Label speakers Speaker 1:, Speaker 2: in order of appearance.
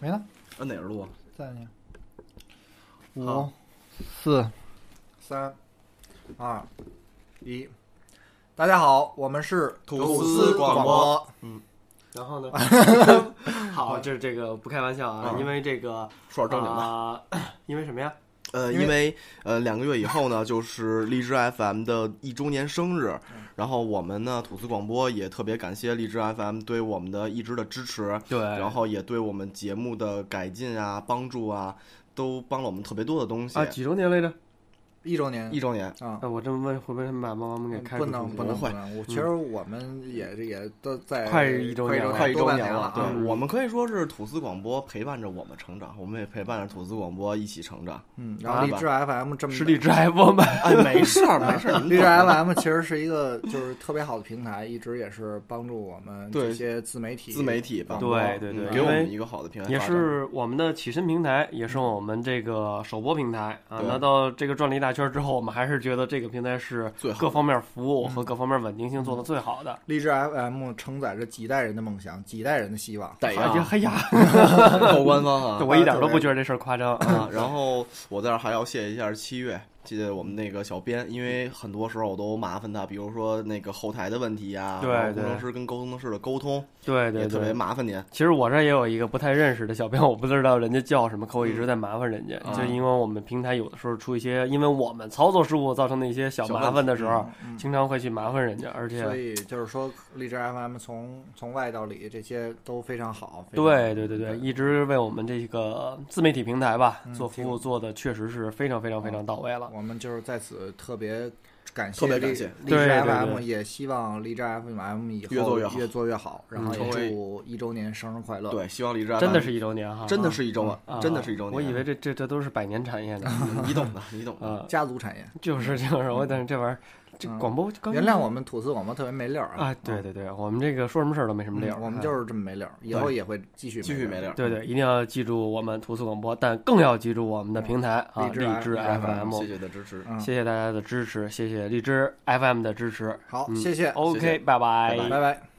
Speaker 1: 没了，
Speaker 2: 按哪儿录啊？
Speaker 1: 暂停。五
Speaker 2: 好、
Speaker 1: 四、
Speaker 3: 三、二、一，大家好，我们是
Speaker 2: 吐
Speaker 3: 司
Speaker 2: 司广
Speaker 3: 播
Speaker 2: 播。然 后呢？
Speaker 4: 好，这这个不开玩笑啊，
Speaker 2: 嗯
Speaker 4: 因为这个
Speaker 2: 说点正经的。
Speaker 4: 啊，因为什么呀？
Speaker 2: 呃，
Speaker 3: 因为
Speaker 2: 因为呃两个月以后呢，就是荔枝 FM 的一周年生日，
Speaker 4: 嗯
Speaker 2: 然后我们呢吐司广播也特别感谢荔枝 FM 对我们的一直的支持，
Speaker 4: 对，
Speaker 2: 然后也对我们节目的改进啊、帮助啊，都帮了我们特别多的东西。
Speaker 4: 啊，几周年来着？
Speaker 3: 一周年
Speaker 2: 一周年，
Speaker 3: 啊，
Speaker 4: 啊，我这么问会不会把妈妈给开
Speaker 3: 不
Speaker 4: 除出去？
Speaker 3: 能不能
Speaker 2: 不会
Speaker 3: 不能，我其实我们也也都在
Speaker 4: 快一周年了
Speaker 2: 嗯快一
Speaker 3: 多
Speaker 2: 周
Speaker 3: 半
Speaker 2: 年
Speaker 3: 了
Speaker 2: 了，对、
Speaker 3: 啊，
Speaker 4: 嗯
Speaker 2: 我们可以说是吐司广播陪伴着我们成长，我们也陪伴着吐司广播一起成长。
Speaker 3: 嗯，然后
Speaker 2: 啊
Speaker 3: 荔枝 FM 这么
Speaker 4: 是荔枝 FM 吧？
Speaker 2: 哎，没事儿， 没事 儿，你们
Speaker 3: 荔枝
Speaker 2: 懂
Speaker 4: 啊
Speaker 2: 的
Speaker 3: FM 其实是一个就是特别好的平台，一直也是帮助我们
Speaker 2: 对
Speaker 3: 这些自媒体
Speaker 2: 自媒体吧，
Speaker 3: 广播
Speaker 4: 对对对
Speaker 2: 嗯给我
Speaker 4: 因
Speaker 2: 们
Speaker 4: 为
Speaker 2: 一个好的平台
Speaker 4: 也
Speaker 2: 发展。
Speaker 4: 是我们的起身平台，也是我们这个首播平台啊。
Speaker 2: 对
Speaker 4: 那到这个转了一大圈之后，我们还是觉得这个平台是
Speaker 2: 最好的
Speaker 4: 各方面
Speaker 2: 嗯
Speaker 4: 服务和各方面稳定性做的最好的。
Speaker 3: 荔枝 FM 承载着几代人的梦想，几代人的希望。
Speaker 2: 得
Speaker 4: 哎
Speaker 2: 呀，
Speaker 4: 呀，哎呀，
Speaker 2: 够官方啊！
Speaker 4: 我一点都不觉得这事儿夸张啊
Speaker 2: 啊，。然后我在这儿还要谢一下七月，谢谢我们那个小编，因为很多时候我都麻烦他，比如说那个后台的问题呀、
Speaker 4: 对
Speaker 2: 然后工
Speaker 4: 对
Speaker 2: 程师跟工程师的沟通
Speaker 4: 对对
Speaker 2: 也特别
Speaker 4: 对。
Speaker 2: 麻烦您。
Speaker 4: 其实我这儿也有一个不太认识的小编，我不知道人家叫什么，可我一直在麻烦人家，
Speaker 2: 嗯
Speaker 3: 啊
Speaker 4: 就因为我们平台有的时候出一些因为我们操作失误造成的一些小麻烦的时候，
Speaker 2: 啊
Speaker 3: 嗯
Speaker 4: 经常会去麻烦人家，而且
Speaker 3: 所以就是说，荔枝 FM 从从外到里这些都非常好。非常
Speaker 4: 对对对对，一直为我们这个自媒体平台吧
Speaker 3: 嗯
Speaker 4: 做服务做的确实是非常非常非常到位了。
Speaker 3: 我们就是在此特别感谢
Speaker 2: 特别
Speaker 3: 荔
Speaker 2: 感谢
Speaker 3: 荔枝
Speaker 4: 对对对
Speaker 3: FM，也希望荔枝 FM 以后
Speaker 2: 越做越好
Speaker 3: 越做越好，
Speaker 4: 嗯
Speaker 3: 然后
Speaker 2: 成
Speaker 3: 也
Speaker 2: 为
Speaker 3: 祝一周年生日快乐。
Speaker 2: 对，希望
Speaker 3: 啊
Speaker 2: 李志安
Speaker 4: 真的是一周年哈，
Speaker 2: 真的是一周啊，
Speaker 4: 啊，
Speaker 2: 真的是一周年。嗯
Speaker 4: 我以为这这这都是百年产业呢，
Speaker 2: 你懂的，你懂的。
Speaker 4: 啊，
Speaker 3: 家族产业，
Speaker 4: 就是就是，我等这玩意儿，这
Speaker 3: 嗯
Speaker 4: 广播刚
Speaker 3: 原谅我们吐司广播特别没料儿
Speaker 4: 啊，对对对，我们这个说什么事儿都没什么啊
Speaker 3: 嗯
Speaker 4: 料，
Speaker 3: 我们
Speaker 4: 是
Speaker 3: 就是这么没料儿，以后也会继续
Speaker 2: 继续没
Speaker 3: 料
Speaker 2: 料
Speaker 3: 儿。
Speaker 2: 儿，
Speaker 4: 对对，一定要记住我们吐司广播，但更要记住我们的平台啊，
Speaker 3: 荔枝
Speaker 4: 荔枝
Speaker 3: FM
Speaker 4: FM，
Speaker 2: 谢谢的支持，
Speaker 3: 嗯，
Speaker 4: 谢谢大家的支持，谢谢荔枝 FM 的支持。
Speaker 3: 好，
Speaker 4: 嗯
Speaker 3: 谢谢，
Speaker 4: OK，
Speaker 2: 谢谢
Speaker 4: 拜
Speaker 2: 拜
Speaker 3: 拜拜。